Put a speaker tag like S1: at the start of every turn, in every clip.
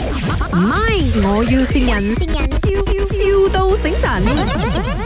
S1: 唔係，我要善人，笑笑到醒神。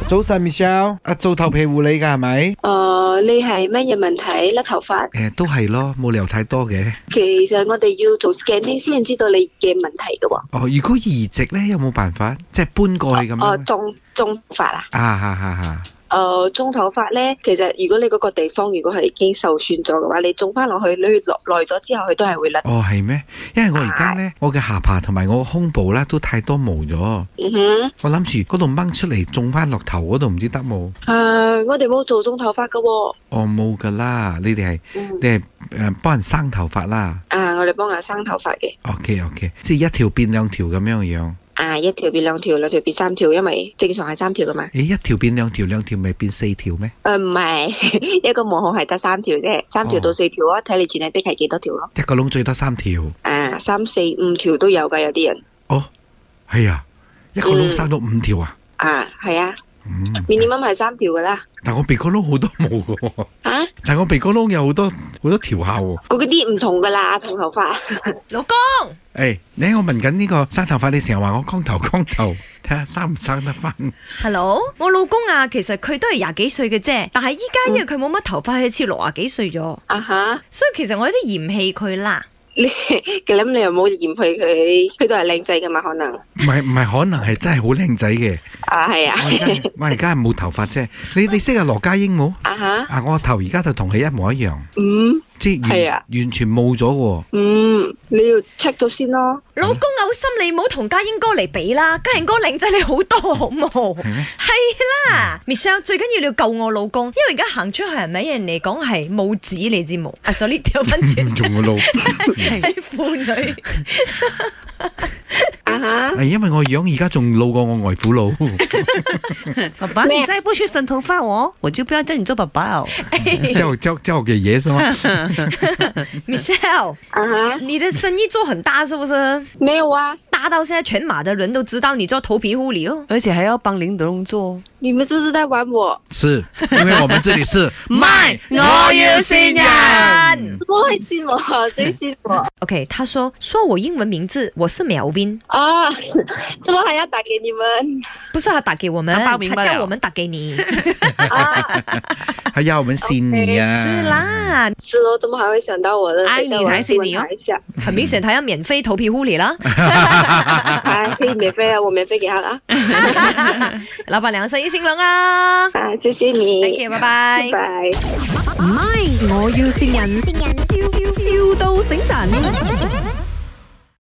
S2: 早晨，Michelle，阿做啊頭皮護理㗎係咪？誒、
S3: 誒、呃你係乜嘢問題？甩頭髮，
S2: 都係咯，冇理由太多嘅。
S3: 其實我哋要做 scanning 先知道你嘅問題嘅喎、
S2: 哦，如果移植咧，有冇辦法？即係搬過去咁啊
S3: 哦、
S2: 樣？
S3: 中中髮啊，
S2: 啊哈哈哈！
S3: 誒、中頭髮咧，其實如果你嗰個地方如果係已經受損咗嘅話，你種翻落去，你落耐咗之後，佢都係會甩。
S2: 哦，係咩？因為我而家
S3: 啊
S2: 咧，我嘅下巴同埋我嘅胸部咧都太多毛咗，我
S3: 嗯哼，誒、
S2: 諗住嗰度掹出嚟種翻落頭嗰度，唔知得冇？
S3: 呃我哋冇做中頭髮嘅喎、
S2: 哦，冇㗎啦，你哋係
S3: 嗯
S2: 你係誒幫人生頭髮啦。
S3: 啊，我哋幫人生頭髮嘅，
S2: OK OK，即係一條變兩條咁樣嘅樣。
S3: 啊，一條變兩條，兩條變三條，因為正常係三條噶嘛。
S2: 誒，一條變兩條，兩條咪變四條咩？
S3: 誒唔係， 一個毛孔係得三條啫，三條到四條啊，睇你轉 e n 係幾多條咯。
S2: 一個窿最多三條。
S3: 啊，三四五條都有㗎，有啲人。
S2: 哦係啊，一個窿
S3: 嗯
S2: 生到五條啊。
S3: 啊，係啊
S2: 嗯，
S3: ，minimum 系三條噶啦。
S2: 但我鼻哥窿好多毛㗎 喎，
S3: 啊，
S2: 但我鼻哥窿有好多好多條下喎。
S3: 嗰啲唔同噶啦，同頭髮。
S1: 老公，
S2: 誒、你喺我問緊呢個生頭髮，你成日話我光頭光頭， 睇下生唔生得翻？
S1: Hello，我老公啊，其實佢都係廿幾歲嘅啫，但係依家因為佢冇乜頭髮，佢似六廿幾歲咗，
S3: 啊哈，
S1: 所以其實我有啲嫌棄佢啦。
S3: 你 咁你又冇嫌棄佢，佢都係靚仔噶嘛？可能
S2: 唔係唔係，可能係真係好靚仔嘅。
S3: 啊，係
S2: 我
S3: 啊，
S2: 而家我而家係冇頭髮啫。你你識阿羅家英冇？
S3: 啊哈，
S2: 啊，我頭而家就同佢一模一樣，
S3: 嗯
S2: 即係
S3: 係
S2: 完、
S3: 啊
S2: 完全冇咗喎。
S3: 嗯，你要 check 咗先咯。
S1: 老公嘔心，你唔好同家英哥嚟比啦，家英哥靚仔你好多好冇？
S2: 係咩？
S1: 係啦，Michelle 最緊要你要救我老公，因為而家行出去係咪人嚟講係冇子你知冇？啊，sorry，掉翻轉
S2: 唔仲個腦，
S1: 係婦女。
S3: 啊哈，
S2: 係因為我樣而家仲老過我外父 佬。
S4: 爸爸，
S3: 咩
S4: 你再不去染头发哦，我就不要叫你做爸爸哦。
S2: 叫叫叫我给爷是吗？
S1: Michelle，
S3: 啊哈，
S1: 你的生意做很大是不是？
S3: 沒有啊，
S1: 大到现在全马的人都知道你做头皮护理哦。
S4: 而且还要帮领导工作。
S3: 你們是不是在玩我？
S2: 是，因为我们这里是卖
S1: 人。
S3: 怎麼會先我？ 誰先我？
S1: OK，他说说我英文名字，我是苗 Win，
S3: 啊，怎麼還要打給你們？
S1: 不是他打给我们，
S4: 他报名
S1: 他
S4: 罢
S1: 叫
S4: 了
S1: 我们打给 你。
S3: 啊，
S2: 还要我们信你呀、
S1: 是啦，
S4: 嗯
S3: 是咯，怎麼還會想到我呢？
S4: 愛你
S3: 等一下我
S4: 才是你哦
S3: 問他一下，
S1: 很明显他要免费头皮护理 啦。
S3: 啊，可以免費啊，我免費給他啦。
S1: 老板娘生意兴隆啊
S3: 啊，謝謝你。
S1: ！Thank you，拜拜。
S3: 拜。
S5: 唔係，我要善人，笑笑到醒神。